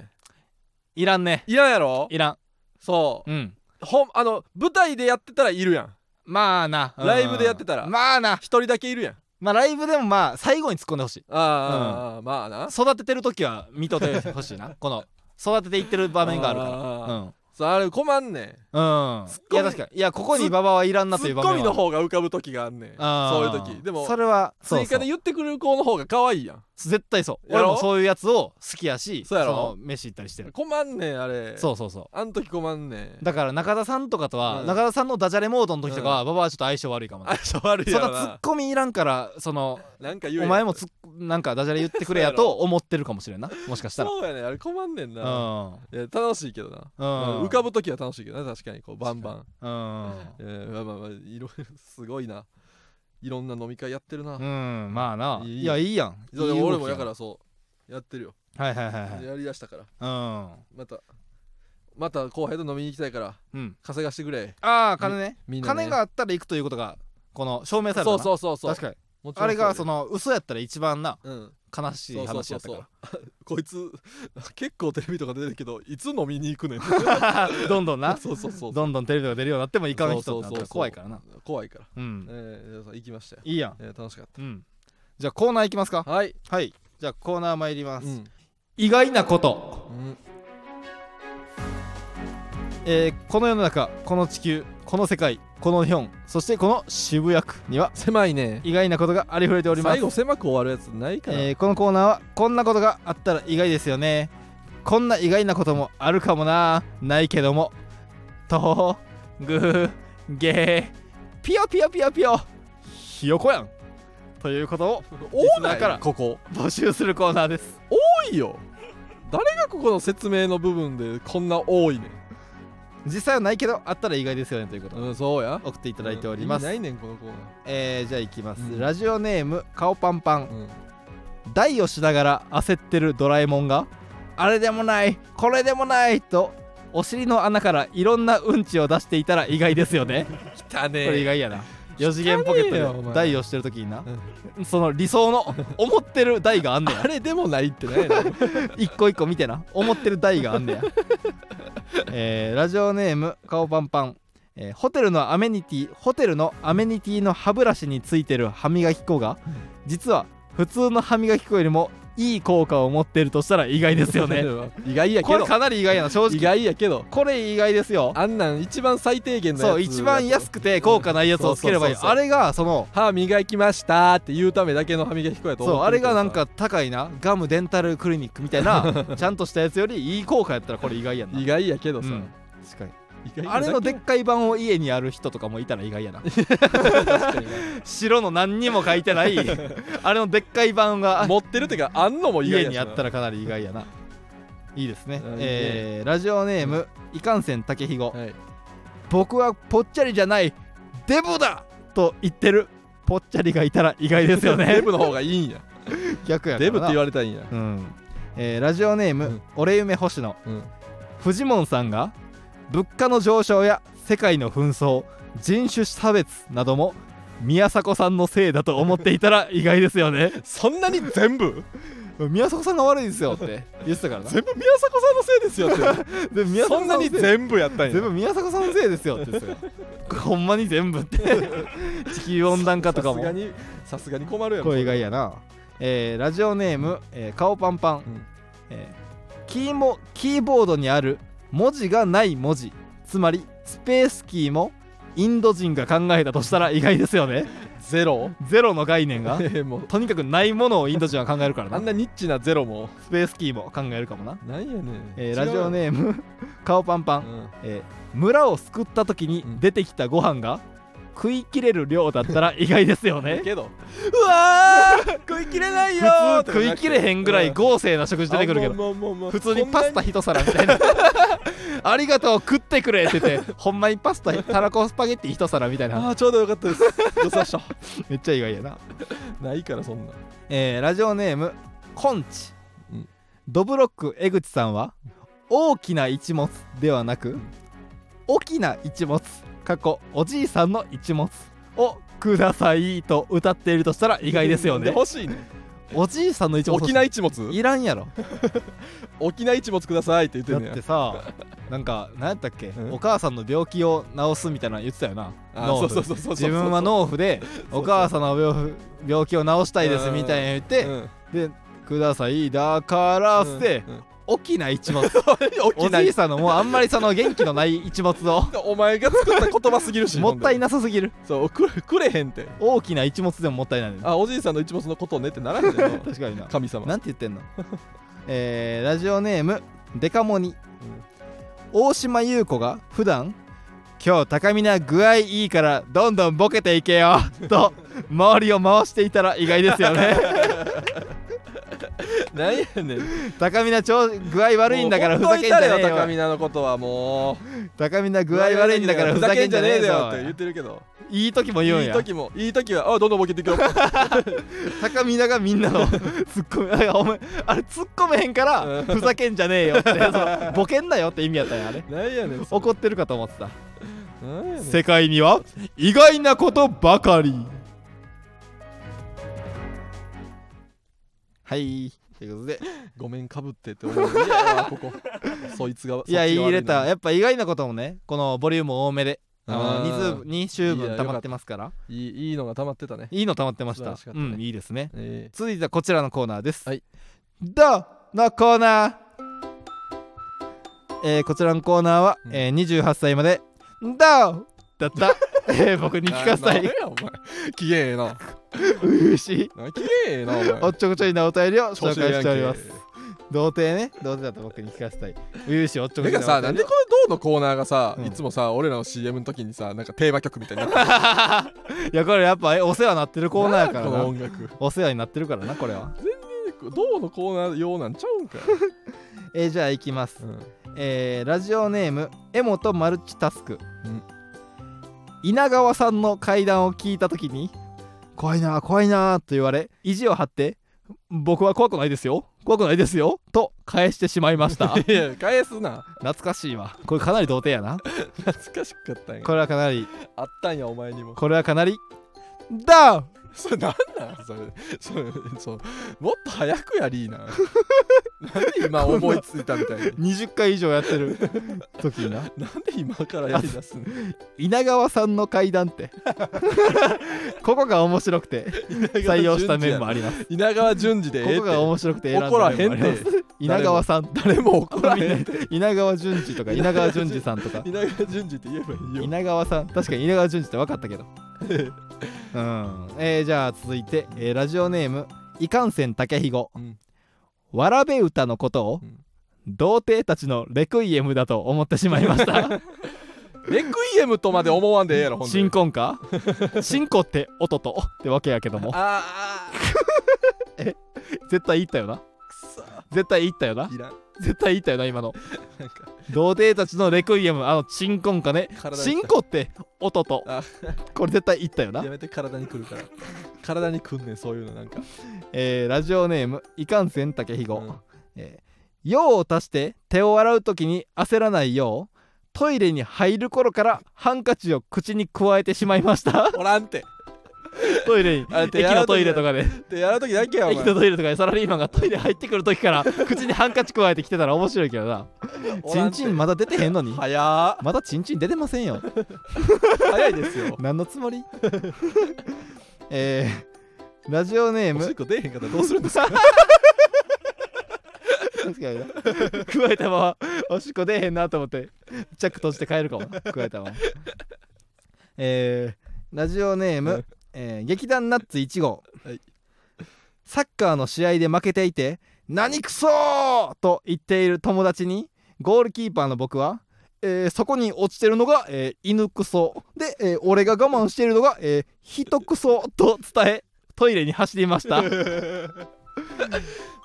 A: いいらんね
B: いらんやろ
A: いらん
B: そう
A: うん
B: ほんあの舞台でやってたらいるやん
A: まあな、うん
B: ライブでやってたら
A: まあな
B: 一人だけいるやん
A: まあライブでもまあ最後に突っ込んでほしい
B: ああ、ああまあな
A: 育ててる時は見とってほしいなこの育てていってる場面があるから
B: あ
A: うん
B: そうあれ困んね
A: う
B: ん
A: ん
B: ツッ
A: い
B: コミ
A: や確かにいやここに馬場はいらんなと
B: ツ
A: いう
B: ッ
A: 場
B: コ
A: 面
B: ミ
A: は
B: の方が浮かぶ時があんねんそういう時でも
A: それは
B: 追加で言ってくれる子の方が可愛いやん
A: 絶対そう
B: や
A: 俺
B: ろ
A: もそういうやつを好きやし
B: そうやろ
A: の飯行ったりしてる
B: 困んねんあれ
A: そうそうそ
B: あん時困んね
A: うんだから中田さんとかとは、
B: うん
A: 中田さんのダジャレモードの時とかは、馬場はちょっと相性悪いかもね
B: 相性悪
A: そ
B: いや
A: んな
B: ろ
A: ツッ
B: な
A: コミいらんからその
B: なんか言う
A: お前もツッなんかダジャレ言ってくれや
B: そう
A: と思ってるかもしれん なもしかしたら
B: そうやねんあれ困んねん
A: う
B: なんいや楽しいけどな
A: うん
B: 浮かぶ時は楽しいけどな確かにこうバンバン
A: うん
B: えーまあまあまあいろ いろすごいないろんな飲み会やってる
A: う
B: な
A: んまあない
B: い
A: いやいいやんい
B: そう
A: い動き
B: 俺もやからそうやってるよ
A: はいはいはいはい
B: やりだしたから
A: う
B: またまた後輩と飲みに行きたいから
A: んうん
B: 稼がしてくれ
A: ああ金ね
B: みんなね
A: 金があったら行くということがこの証明された
B: そ
A: な
B: うそうそうそう
A: 確かに
B: もちろ
A: あ
B: ん
A: れ
B: うや
A: が
B: で
A: その嘘やったら一番な
B: うん
A: 悲しい話やった
B: そう
A: か
B: こいつ結構テレビとか出てるけどいつ飲みに行くね ん
A: らどんどんな
B: そうそうそう
A: どんどんテレビが出るようになってもいかん人っ
B: そう
A: て
B: そう
A: なっ
B: そう
A: たら怖いからな
B: 怖いから
A: う
B: え
A: ん
B: ーそう行きましたよ
A: いいやん
B: えー楽しかっ
A: うんじゃあコーナーいきますか
B: たはい
A: はいじゃあコーナー参りま
B: う
A: す
B: ん
A: 意外なこと
B: うん
A: えーこの世の中この地球この世界この日本そしてこの渋谷区には
B: 狭いね
A: 意外なことがありふれております
B: 最後狭く終わるやつないから
A: えーこのコーナーはこんなことがあったら意外ですよねこんな意外なこともあるかもなないけどもとぐげぴよぴよぴよぴよひよこやんということを
B: 多な
A: だ
B: い
A: から
B: ここ
A: 募集するコーナーです
B: 多いよ誰がここの説明の部分でこんな多いね
A: 実際はないけどあったら意外ですよねということを
B: うんそうや
A: 送っていただいております、
B: うん意味ないねんこのコー
A: えーじゃあいきます、
B: うん
A: ラジオネーム顔パンパン
B: ナーうん
A: 台をしながら焦ってるドラえもんがあれでもないこれでもないとお尻の穴からいろんなうんちを出していたら意外ですよねこ
B: 来たね
A: れ意外やな4次元ポケッ
B: 汚ねえよお
A: トで
B: 前
A: 台をしてる時にな、その理想の思ってる台があんねや
B: あれでもないって ね
A: 一個一個見てな思ってる台があんね やえーラジオネーム顔パンパン、えーホテルのアメニティホテルのアメニティの歯ブラシについてる歯磨き粉が実は普通の歯磨き粉よりもいい効果を持っているとしたら意外です よね
B: 意外やけ
A: これ
B: ど
A: かなり意外やな正
B: 意
A: 直
B: 外やけど
A: これ意外ですよ
B: あんなん一番最低限のやつ
A: そう一番安くて効果ないやつをつければいい
B: そうそうそう
A: あれがその
B: 歯磨きましたって言うためだけの歯磨き粉やと思
A: そうあ
B: って
A: れ
B: るけど
A: が
B: さ
A: なんか高いなガムデンタルクリニックみたい なちゃんとしたやつよりいい効果やったらこれ意外やんな
B: 意外やけどさ、
A: うん確かに
B: 意外なだけ
A: あれのでっかい版を家にある人とかもいたら意外や な
B: 確かに
A: 白の何にも書いてない あれのでっかい版が
B: 持ってるってかあんのも意
A: 家
B: 外やし
A: に
B: な
A: あったらかなり意外やないいですね
B: うんいいね
A: えーラジオネームいかんせんたけひご
B: はい、
A: 僕はぽっちゃりじゃない デブだと言ってるぽっちゃりがいたら意外ですよ
B: デ
A: ね
B: ブの方がいいんや
A: 逆やからな
B: デブって言われたいんや
A: うんえーラジオネーム、
B: うん
A: 俺夢星野
B: うん
A: フジモンさんが物価の上昇や世界の紛争人種差別なども宮迫さんのせいだと思っていた ら意外ですよね
B: そんなに全部
A: 宮迫さんが悪いですよって言ってたからな
B: 全部宮迫さんのせいですよって
A: で 宮迫
B: そ
A: さの
B: んな
A: せい
B: に全部やったんや
A: 全部宮迫さんのせいですよって言ってた からほんまに全部って地球温暖化とかも
B: さすがにさすがに困るやろ
A: これ意外やな、えーラジオネーム、えー顔パンパン、
B: ん
A: えーキーもキーボードにある文字がない文字つまりスペースキーもインド人が考えたとしたら意外ですよね
B: ゼロ
A: ゼロの概念 が
B: ええもう
A: とにかくないものをインド人は考えるから
B: あん
A: な
B: なニッチなゼロも
A: スペースキーも考えるかもな、
B: なんやねん、
A: えー
B: 違う
A: ラジオ、ネーム顔パンパ
B: う
A: ン、
B: ん、
A: えー村を救った時に出てきたご飯が食い切れる量だったら意外ですよ
B: ええ
A: ね
B: けどうわー食い切れないよー
A: 普通食い切れへんぐらい豪勢な食事出てくるけど
B: ど、もうもうもうもう
A: 普通にパスタ一皿みたい なありがとう食ってくれって言ってほんまにパスタたらこスパゲッティ一皿みたい
B: こんなに
A: な
B: ああちょうどよ かったですよさした
A: めっちゃ意外やな、
B: ないからそんな
A: えーラジオネームコンチ、
B: うん
A: ドブロック江口さんは大きな一物ではなく大きな一物過去おじいさんの一物をくださいと歌っているとしたら意外ですよ
B: で
A: ね
B: 欲しいね
A: おじいさんの一物
B: 沖縄一物
A: いらんやろ
B: 沖縄一物くださいって言
A: だっ
B: っ
A: て
B: んねや
A: てさなんか何やったっけ、
B: うん
A: お母さんの病気を治すみたいなの言ってたよな
B: あ
A: 農
B: そ
A: 夫
B: うそうそうそう
A: 自分は農夫で
B: そう
A: お母さんの病病気を治したいですみたいな言って、
B: うん
A: でくださいだからっつって、
B: うんうん
A: 大きな 一物お
B: 沖縄
A: じいさんのもうあんまりその元気のない一 物を
B: お前が作った言葉すぎるし
A: もったい
B: な
A: なさすぎる
B: そうくれくれへんって
A: 大きな一物でももったいないね
B: あおじいさんの一物のことをねってならへんねんな
A: 確かにな
B: 神様
A: なんて言ってんの えーラジオネームデカモニ、大島優子が普段今日高見な具合いいからどんどんボケていけよ と周りを回していたら意外ですよね
B: なんやねん
A: 高見な調具合悪いんだからふざけんじゃ
B: もうほっと
A: ね
B: い
A: え
B: たれよ高
A: よ
B: 見菜のことはもう
A: 高見な具合悪いんだからふざけんじゃねえ
B: ふざけんじゃねえよって言っ
A: よ
B: てるけど
A: いい時も言うん
B: いい
A: や
B: 時もいい時はあどんどんボケて いくよ
A: 高見ながみん なのツッコミあお前あれツッコめへんから
B: うん
A: ふざけんじゃねえよって そうボケんなよって意味やったんやあれ
B: なんやねんそれ
A: 怒ってるかと思ってた
B: なんやねん
A: 世界には意外なことばかりはいということで
B: ごめんかぶってって思ういやここそいつが
A: いやいいレター
B: や
A: やっぱ意外なこともねこのボリューム多めであの 2, 週
B: い
A: 分
B: や
A: 溜まってますから
B: いいいいのが溜まってたね
A: いいの溜まってました
B: 素晴らしかった
A: う
B: ね
A: んいいですね
B: え
A: 続いてはこちらのコーナーです
B: はい
A: どうのコーナーえーこちらのコーナーは、
B: うん
A: えー28歳まで「どう?」だったえー僕に
B: ー
A: 聞かせた
B: なんや
A: い
B: お前機嫌ええな
A: うしい
B: なんか機嫌ええなお前
A: おっちょこちょいなお便りを紹介
B: 調子ええや
A: して
B: んけ
A: おります童貞ね童貞だと僕に聞かせたい初々しいおっちょこ
B: て
A: ちょい
B: かさなんでこの「どう?」のコーナーがさ、
A: うん
B: いつもさ俺らの CM の時にさなんかテーマ曲みたいになってる
A: いやこれやっぱえお世話なってる コーナーやから
B: この
A: な
B: 音楽
A: お世話になってるからなこれは
B: 「どう?」のコーナー用なんちゃうんかよ、
A: えーじゃあいきます
B: うん
A: えーラジオネーム柄本マルチタスク、
B: うん
A: 稲川さんの会談を聞いた時に「怖いな怖いな」と言われ意地を張って「僕は怖くないですよ怖くないですよ」と返してしまいました
B: いや返すな
A: 懐かしいわこれかなり童貞やな
B: 懐かしかったんや
A: これはかなり
B: あったんやお前にも
A: これはかなりダウン
B: それなんなんそれそれそうもっと早くやりーな なんで今思いついたみたいに
A: 20回以上やってる 時にな
B: なんで今からやりだすの
A: 稲川さんの階段って ここが面白くて採用した面もあります
B: 稲川淳二でええ
A: ここ
B: って
A: が面白くて選んだ
B: 怒らへ
A: 面もあ
B: ん
A: ります
B: で
A: 稲川さん誰
B: 誰も怒らへん
A: も稲川淳二とか稲川淳二さんとか
B: 稲川淳二って言えばいいよ
A: 稲川さん確かに稲川淳二って分かったけ どうんえーじゃあ続いて、えーラジオネームいかんせん竹ひご
B: うん
A: わらべ歌のことを、
B: うん
A: 童貞たちのレクイエムだと思ってしまいました
B: レクイエムとまで思わんでええやろほんで
A: 新婚か新婚って音とってわけやけども
B: あーあ
A: 絶対言ったよな
B: ーくそ
A: 絶対言ったよない
B: らん
A: 絶対言ったよな今の
B: なんか
A: 童貞たちのレクイエムあのチンコンかね
B: 体に
A: チンコって音と
B: あ
A: これ絶対言ったよな
B: やめて体にくるから体にくんねんそういうのなんか
A: えーラジオネームいかんせんたけひご、
B: うん
A: えー用を足して手を洗う時に焦らないようトイレに入る頃からハンカチを口に加えてしまいました
B: おらんて
A: トイレに
B: あれ
A: 駅のトイレとかで
B: でやるときだけやお
A: 駅のトイレとかでサラリーマンがトイレ入ってくる時から口にハンカチ加えてきてたら面白いけどな
B: 前お
A: チ
B: ら
A: ン
B: んて
A: チンまだ出てへんのに
B: 早ー
A: まだチンチン出てませんよ
B: 早いですよ
A: 何のつもり えーラジオネー
B: お
A: ム
B: しっこ出えへんかったらどうするんですか
A: 確かにな 加えたままおしっこ出えへんなと思ってチャック閉じて帰るかも加えたまま えーラジオネー
B: は
A: ム
B: い、
A: えー劇団ナッツ1号、
B: はい
A: サッカーの試合で負けていて「何くそー!」と言っている友達にゴールキーパーの僕は「えーそこに落ちてるのが、えー犬くそ」で、えー俺が我慢しているのが「えー人くそ」と伝えトイレに走りました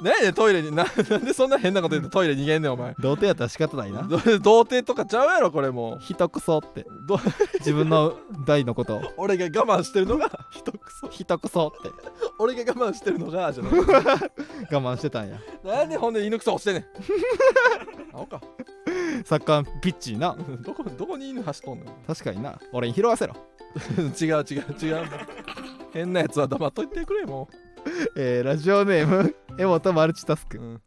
B: なんやねんトイレにななんでそんな変なこと言ってトイレ逃げんねんお前
A: 童貞やったら仕方ないな
B: ど童貞とかちゃうやろこれも
A: 人くそって
B: うど
A: 自分の代のことを
B: 俺が我慢してるのが人くそ
A: 人くそって
B: 俺が我慢してるのがじゃない
A: 我慢してたんや
B: なんでほんで犬くそ押して んねん青か
A: サッカーピッチにな
B: どこどこに犬走っとんの
A: 確かにな俺に拾わせろ、
B: 違う違う違う変なやつは黙っといてくれも
A: えーラジオネーム江本マルチタス
B: う、
A: ク
B: ん、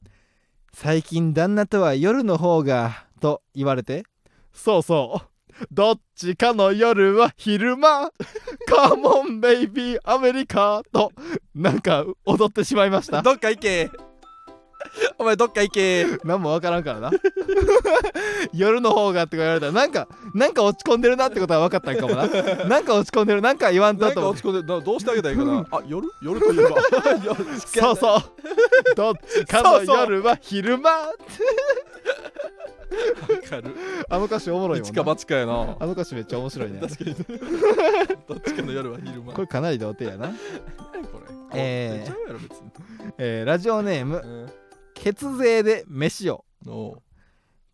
A: 最近旦那とは夜の方がと言われてそうそうどっちかの夜は昼間 カモンベイビーアメリカとなんか踊ってしまいました
B: どっか行けお前どっか行け
A: 何もわからんからな 夜の方がって言われたらなんかなんか落ち込んでるなってことは分かったんかも ななんか落ち込んでるなんか言わんと
B: なん
A: と
B: か
A: 思って
B: 落ち込んでなどうしてあげたらいいかなあ夜夜とい えば夜
A: そうそう どっちかの夜は昼間
B: うわかる
A: あの歌詞おもろいも
B: 一
A: ん
B: か
A: な
B: 八かやな
A: あの歌詞めっちゃ面白いね
B: 確かにどっちかの夜は昼間
A: これかなり童貞やな、
B: 何これ
A: えー
B: 寝ちゃうやろ別に、
A: えーラジオネーム
B: うん
A: 血税で飯を
B: おう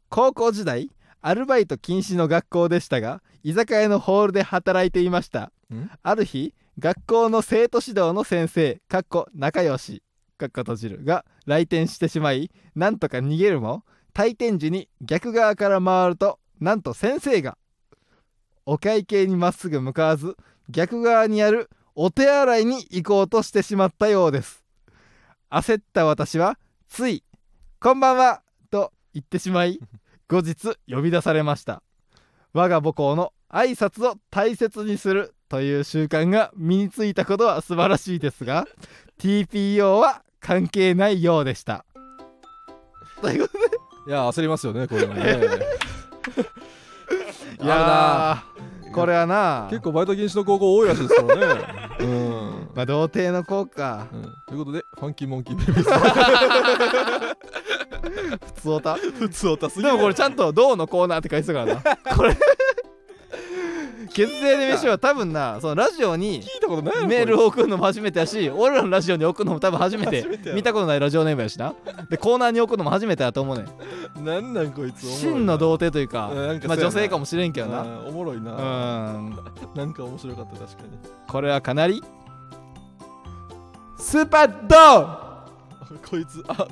A: 高校時代アルバイト禁止の学校でしたが居酒屋のホールで働いていました
B: ん
A: ある日学校の生徒指導の先生かっこ仲良しかっこ閉じるが来店してしまいなんとか逃げるも退店時に逆側から回るとなんと先生がお会計にまっすぐ向かわず逆側にあるお手洗いに行こうとしてしまったようです焦った私はつい「こんばんは」と言ってしまい後日呼び出されました我が母校の挨拶を大切にするという習慣が身についたことは素晴らしいですが TPO は関係ないようでしたということ
B: いや焦りますよねこ れはね
A: でいやーこれはな
B: 結構バイト禁止の高校多いらしいですか らねうん
A: まあ童貞の効果
B: うんということで、ファンキーモンキーベイビーズ。
A: 普通オタ
B: 普通おたす
A: でもこれちゃんと「どうのコーナー」って書いてたからなこれ血税で飯は多分なそのラジオに
B: 聞いたことない
A: メール
B: を
A: を送るのも初めてやし俺らのラジオに送るのも多分初めて
B: 初めてやろ
A: 見たことないラジオネームやしなでコーナーに送るのも初めてやと思うねん
B: なんなんこいつ。おもろいな
A: 真の童貞というか
B: うんなんか
A: まあ
B: そうや
A: 女
B: な
A: 性かもしれんけど
B: あ
A: な
B: ーおもろいな。
A: うん
B: なんか面白かった、確かに。
A: これはかなりスーパード
B: あこいつ、あ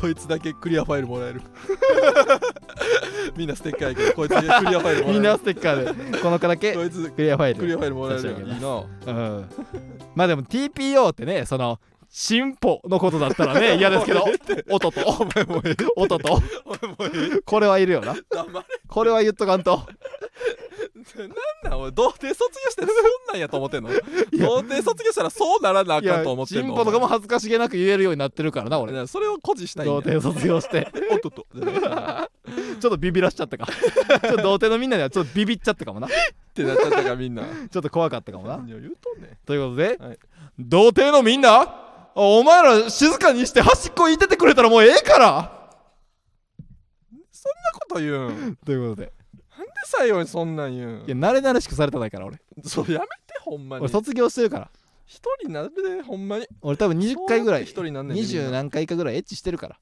B: こいつだけクリアファイルもらえる。 みんなステッカーやけど、こいつだけクリアファイルもらえる。
A: みんなステッカーでこの子だけ
B: こいつ、
A: クリアファイ
B: クリア
A: ル
B: ファイルもらえるよ。
A: 確
B: い
A: かに
B: いな。
A: うんまあでも TPO ってねその進歩のことだったら ね嫌ですけど音と音と
B: 俺もうええ
A: これはいるよな
B: 黙れ
A: これは言っとかんと
B: なんなん俺童貞卒業し てそんなんやと思ってんの童貞卒業したらそうならなあ
A: い
B: か
A: や
B: んと思ってんの
A: 進歩とかも恥ずかしげなく言えるようになってるからな俺
B: 俺それを誇示したいん
A: 童
B: や
A: 貞卒業して
B: おっとっと。っ
A: ちょっとビビらしちゃ ったかちょっと童貞のみんなにはちょっとビビっちゃったかもなち
B: てなっちゃったかみんな。
A: ょっと怖かったかもな
B: 何を言うとんねん。
A: ということで、
B: はい
A: 童貞のみんなお前ら静かにして端っこいててくれたらもうええから
B: そんなこと言うん。なんで
A: ということで
B: 最後にそんなん言
A: い
B: うん
A: や慣れ慣れしくされたないから俺
B: そうやめてほんまに。
A: 俺
B: 一
A: 卒業してるから
B: 人になるでほんまに。
A: 俺多分20回ぐらい
B: 一人なんねんでみんな
A: 20何回かぐらいエッチしてるから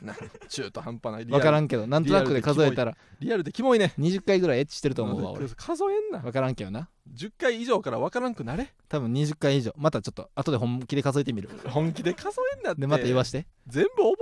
B: なん中途半端ないリア
A: 分
B: ル
A: からんけどなんとなくで数えたら
B: リアルでキモいね
A: 20回ぐらいエッチしてると思うわ俺
B: 数えんな
A: 分からんけどな
B: 10回以上から分からんくなれ
A: 多分20回以上またちょっと後で本気で数えてみる
B: 本気で数えんなって
A: でまた言わして
B: 全部覚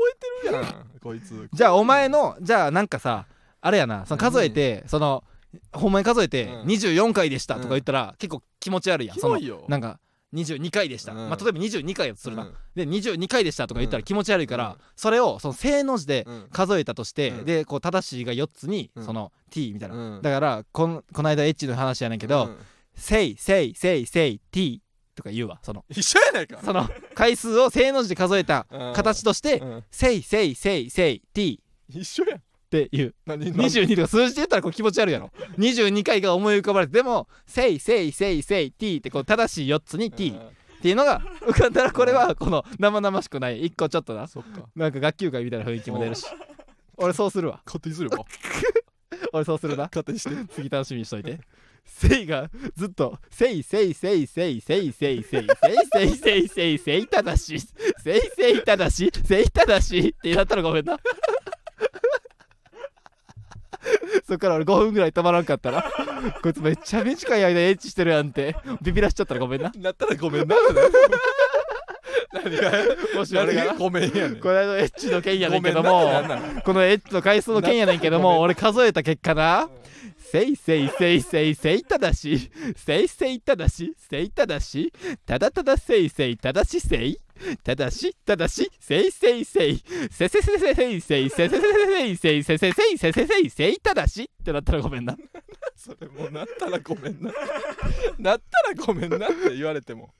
B: えてるやんこいつ
A: じゃあお前のじゃあなんかさあれやなその数えて、そのほんまに数えて
B: うん
A: 24回でしたとか言ったら、結構気持ち悪いやん
B: キ
A: そ
B: モ
A: の
B: いよ
A: なんか22回でした、
B: うん
A: まあ例えば22回だとするな、
B: うん
A: で22回でしたとか言ったら気持ち悪いから、
B: うん
A: それをその正の字で
B: うん
A: 数えたとして、
B: うん
A: でこう正しいが4つに
B: うん
A: その t みたいな、
B: うん
A: だからこんこの間エッチの話やねんけど、
B: うん
A: せいせいせいせい t とか言うわその
B: 一緒やないか
A: そ の回数を正の字で数えた
B: うん
A: 形として、
B: うん
A: せいせいせいせい t
B: 一緒やん
A: って言う
B: 何何
A: 22とか数字で言ったらこう気持ち悪いや ろ22回が思い浮かばれてでも「せいせいせいせい t」ってこう正しい4つに t
B: うん
A: っていうのが浮かんだらこれはこの生々しくない一個ちょっとな
B: そっか
A: なんか学級会みたいな雰囲気も出るし俺そうするわ
B: 勝手にすれば
A: 俺そうするな
B: 勝手にして
A: 次楽しみにしといて「せい」がずっと「せいせいせいせいせいせいせいせいせいせいせい正しいせいせい正しいせい正しい」ってなったらごめんなそっから俺5分ぐらい止まらんかったらこいつめっちゃ短い間エッチしてるやんってビビらしちゃったらごめんな
B: なったらごめんな何が
A: もし俺がな
B: ごめんやねん
A: これのエッチの件やねんけど
B: ご
A: も
B: めんなってなんな
A: このエッチの回数の件やねんけども俺数えた結果なせいせいせいせいせいただしせいせいただしせいただしただただせいせいただしせいただしただしせいせいせいせせせせせいせいせせせせせいせいせせせいせせせいせいただしってなったらごめんな
B: それもうなったらごめんななったらごめんなって言われても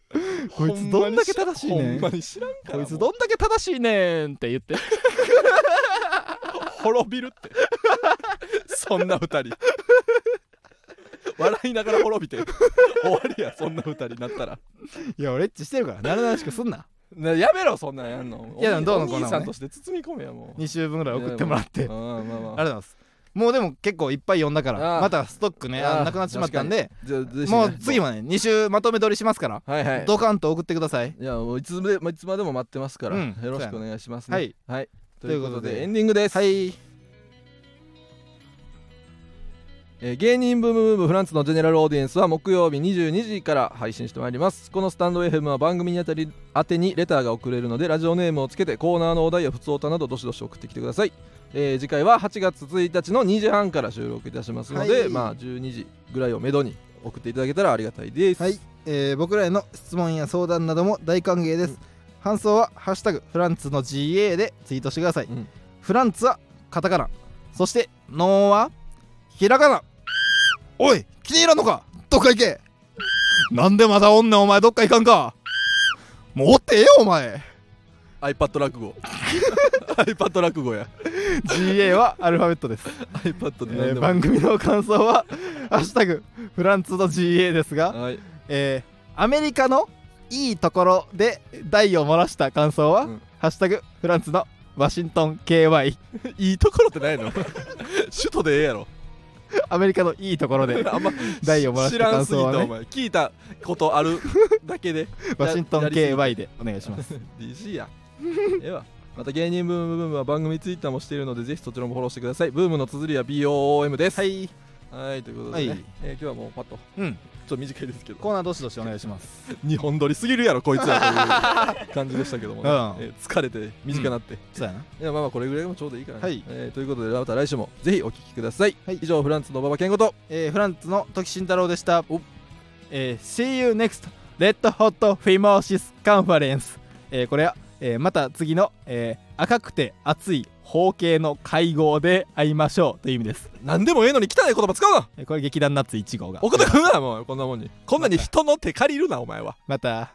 A: こいつどんだけ正しいねん
B: ほんまに知らんから
A: こいつどんだけ正しいねんって言って
B: 滅びるってそんな二人笑いながら滅びてる終わりやそんな二人になったら
A: いや俺エッチしてるからならなしくすんな
B: なやめろそんなんやんの
A: いやでもどうの
B: お
A: こうのもね
B: 兄さんとして包み込めやもう
A: 2週分ぐらい送ってもらって
B: うんまあ
A: あ
B: ま
A: りがとうございます。もうでも結構いっぱい読んだか
B: あ
A: ら
B: あ
A: またストックねあ
B: ああ
A: なくなっちまったんで
B: あじゃあぜひね
A: もう次はね2週まとめ撮りしますから
B: はいはい
A: ドカンと送ってください
B: いやもういつでもいつまでも待ってますから、
A: うん
B: よろしくお願いしますね
A: そうやね
B: はい、と
A: とい
B: いうう
A: こ
B: ことと
A: で
B: でエンディングです、
A: はい
B: えー芸人ブームブームフランスのジェネラルオーディエンスは木曜日22時から配信してまいりますこのスタンド FM は番組にあたり宛てにレターが送れるのでラジオネームをつけてコーナーのお題や普通歌などどしどし送ってきてください、えー次回は8月1日の2時半から収録いたしますので、
A: はい
B: まあ12時ぐらいをめどに送っていただけたらありがたいです
A: はい、えー僕らへの質問や相談なども大歓迎です、搬送は「ハッシュタグフランツの GA」でツイートしてください、
B: うん
A: フランツはカタカナそしてノーはひらがなおい気に入らんのかどっか行けなんでまだおんねんお前どっか行かんかもうおってええよお前
B: iPad 落 語 iPad 落語や
A: GA はアルファベットです
B: iPad で
A: え
B: 何
A: ー
B: でも、
A: 番組の感想は「ハッシュタグフランツの GA」ですが、
B: はい
A: えーアメリカのいいところで台を漏らした感想は「
B: うん
A: ハッシュタグフランツのワシントン KY
B: いいところってないの 首都でええやろ
A: アメリカのいいとこ ろで
B: あんま
A: 台を漏らした感想は
B: 知らんすぎたお
A: ね
B: 前聞いたことあるだけで
A: ワシントン
B: やりすぎ
A: KY でお願いします
B: DC やええわまた芸人ブームブームは番組ツイッターもしているのでぜひそちらもフォローしてくださいブームの綴りは BOOM ですはい、
A: い
B: ということで、ね
A: はい
B: えー今日はもうパッとちょ
A: うん
B: っと短いですけど
A: コーナーどしどしお願いします
B: 日本撮りすぎるやろこいつらという感じでしたけど もね、
A: うん
B: えー疲れて短なって、
A: そうやない
B: やまあまあこれぐらいもちょうどいいからね、
A: はい
B: えーということでまた来週もぜひお聞きください、
A: はい
B: 以上フランスの馬場健吾と
A: えーフランツの時慎太郎でした、えー See you next Red Hot Fimosis Conference、えーこれは、えーまた次の、えー赤くて熱い方形の会合で会いましょうという意味です、
B: 何でもええのに汚い言葉使うな
A: えーこれ劇団ナッツ1号が
B: おことくなもうこんなもんにこんなに人の手借りるなお前は
A: また